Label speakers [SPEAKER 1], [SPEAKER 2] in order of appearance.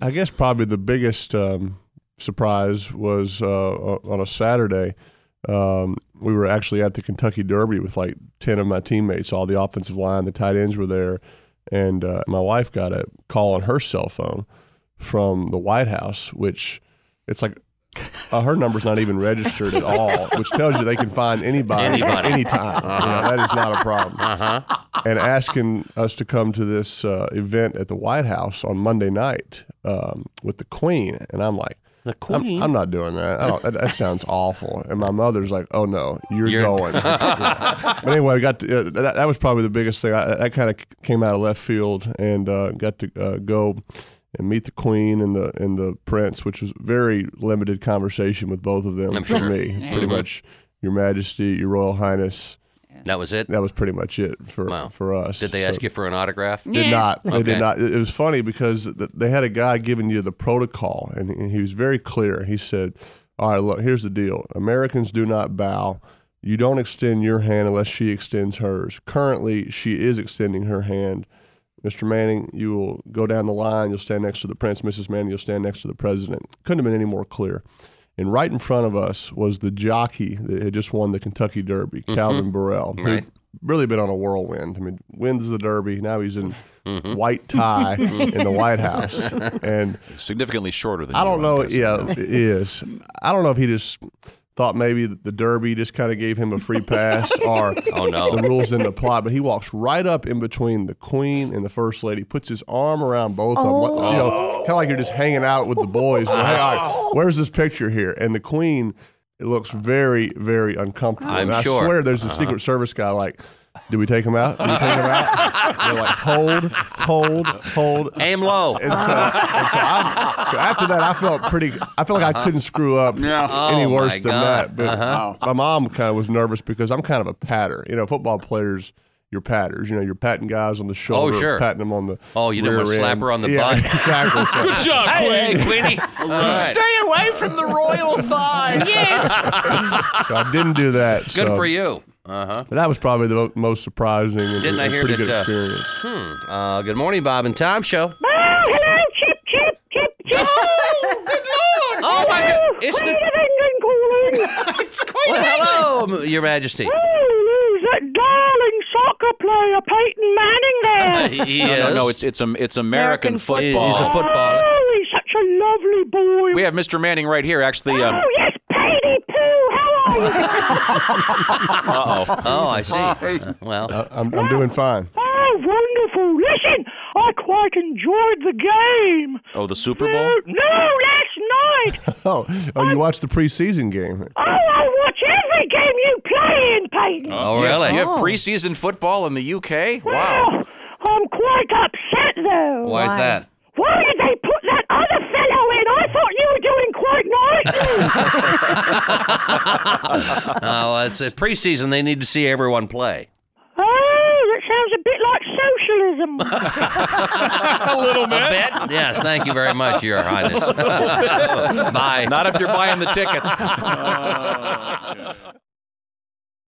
[SPEAKER 1] I guess probably the biggest um, surprise was uh, o- on a Saturday. Um, we were actually at the Kentucky Derby with like 10 of my teammates, all the offensive line, the tight ends were there. And uh, my wife got a call on her cell phone from the White House, which it's like uh, her number's not even registered at all, which tells you they can find anybody,
[SPEAKER 2] Anybody.
[SPEAKER 1] anytime. You know, that is not a problem
[SPEAKER 2] Uh huh.
[SPEAKER 1] and asking us to come to this uh, event at the White House on Monday night um, with the Queen. And I'm like,
[SPEAKER 2] The queen.
[SPEAKER 1] I'm, I'm not doing that. I don't, that. That sounds awful. And my mother's like, oh no, you're,
[SPEAKER 2] You're-
[SPEAKER 1] going. but anyway, I got to, uh, that, that was probably the biggest thing. I, that kind of came out of left field and uh, got to uh, go. And meet the queen and the and the prince, which was very limited conversation with both of them
[SPEAKER 2] I'm
[SPEAKER 1] for
[SPEAKER 2] sure.
[SPEAKER 1] me. Pretty
[SPEAKER 2] Mhm.
[SPEAKER 1] much, Your Majesty, Your Royal Highness.
[SPEAKER 2] that was it.
[SPEAKER 1] That was pretty much it for
[SPEAKER 2] Wow.
[SPEAKER 1] for us.
[SPEAKER 2] Did they
[SPEAKER 1] So-
[SPEAKER 2] ask you for an autograph?
[SPEAKER 1] did not. They
[SPEAKER 2] Okay.
[SPEAKER 1] did not. It it was funny because th- they had a guy giving you the protocol, and, and he was very clear. He said, "All right, look, here's the deal. Americans do not bow. You don't extend your hand unless she extends hers. Currently, she is extending her hand. Mr. Manning, you will go down the line. You'll stand next to the prince. Mrs. Manning, you'll stand next to the president. Couldn't have been any more clear." And right in front of us was the jockey that had just won the Kentucky Derby, Calvin Burrell, who
[SPEAKER 2] Right.
[SPEAKER 1] really been on a whirlwind. I mean, wins the Derby. Now he's in white tie in the White House, and
[SPEAKER 3] Significantly shorter than
[SPEAKER 1] I
[SPEAKER 3] you,
[SPEAKER 1] don't know.
[SPEAKER 3] guessing.
[SPEAKER 1] Yeah, it is. I don't know if he just thought maybe that the Derby just kind of gave him a free pass, or
[SPEAKER 2] Oh, no.
[SPEAKER 1] the rules didn't apply. But he walks right up in between the Queen and the First Lady, puts his arm around both of them, like- you know,
[SPEAKER 2] Oh.
[SPEAKER 1] kind of like you're just hanging out with the boys. Well, hey, all right, where's this picture here? And the Queen. It looks very, very uncomfortable.
[SPEAKER 2] I'm
[SPEAKER 1] and I
[SPEAKER 2] sure. Uh-huh.
[SPEAKER 1] swear there's a Secret Service guy like, did we take him out? Did we take him out? They're like, hold, hold, hold.
[SPEAKER 2] Aim low.
[SPEAKER 1] And so, and so, I, so after that, I felt pretty. I felt like I couldn't screw up any
[SPEAKER 2] Oh,
[SPEAKER 1] worse than
[SPEAKER 2] my God. Uh-huh.
[SPEAKER 1] that. But my mom kind of was nervous because I'm kind of a patter. You know, football players, you're patters. You know, you're patting guys on the shoulder,
[SPEAKER 2] Oh, sure.
[SPEAKER 1] patting them on the.
[SPEAKER 2] Oh, you didn't
[SPEAKER 1] rear
[SPEAKER 2] want to slap
[SPEAKER 1] end.
[SPEAKER 2] her on the
[SPEAKER 1] yeah,
[SPEAKER 2] butt?
[SPEAKER 1] Exactly. So-
[SPEAKER 4] job,
[SPEAKER 2] Hey, hey, Queenie. All right.
[SPEAKER 5] Stay away from the royal thighs. yes.
[SPEAKER 1] so I didn't do that.
[SPEAKER 2] Good
[SPEAKER 1] so-
[SPEAKER 2] for you. Uh huh.
[SPEAKER 1] But that was probably the mo- most surprising and
[SPEAKER 2] Didn't
[SPEAKER 1] a,
[SPEAKER 2] I
[SPEAKER 1] a
[SPEAKER 2] hear
[SPEAKER 1] pretty
[SPEAKER 2] that,
[SPEAKER 1] good
[SPEAKER 2] uh,
[SPEAKER 1] experience.
[SPEAKER 2] Uh, good morning, Bob and Tom Show.
[SPEAKER 6] Oh, hello, Chip, Chip, Chip, Chip.
[SPEAKER 2] Oh my God! It's the
[SPEAKER 6] England calling.
[SPEAKER 2] well, hello, M- Your Majesty.
[SPEAKER 6] Oh, there's that darling soccer player, Peyton Manning there.
[SPEAKER 2] He
[SPEAKER 3] No, no,
[SPEAKER 2] is-
[SPEAKER 3] no, it's it's um, it's American,
[SPEAKER 5] American
[SPEAKER 2] he-
[SPEAKER 3] football.
[SPEAKER 2] he's a footballer.
[SPEAKER 6] Oh, he's such a lovely boy.
[SPEAKER 3] we have Mr. Manning right here. Actually, um,
[SPEAKER 6] oh, yes, Petey Pooh, how are you?
[SPEAKER 2] Oh, I see. Uh, well,
[SPEAKER 1] I'm, I'm doing fine.
[SPEAKER 6] oh, wonderful. Listen, I quite enjoyed the game.
[SPEAKER 3] oh, the Super Bowl.
[SPEAKER 6] No, last night.
[SPEAKER 1] Oh, oh, you watched the preseason game.
[SPEAKER 6] oh, I watch every game you play in, Peyton.
[SPEAKER 2] oh
[SPEAKER 3] You have-
[SPEAKER 2] really?
[SPEAKER 3] You have preseason football in the UK? Wow.
[SPEAKER 6] Oh, I'm quite upset, though.
[SPEAKER 2] Why is that?
[SPEAKER 6] Why did they put that other fellow in? I thought you were doing quite nicely.
[SPEAKER 2] Oh, it's a preseason. They need to see everyone play.
[SPEAKER 6] oh, that sounds a bit like socialism.
[SPEAKER 4] a little bit.
[SPEAKER 2] Bet? Yes. Thank you very much, Your Highness. Bye.
[SPEAKER 3] Not if you're buying the tickets.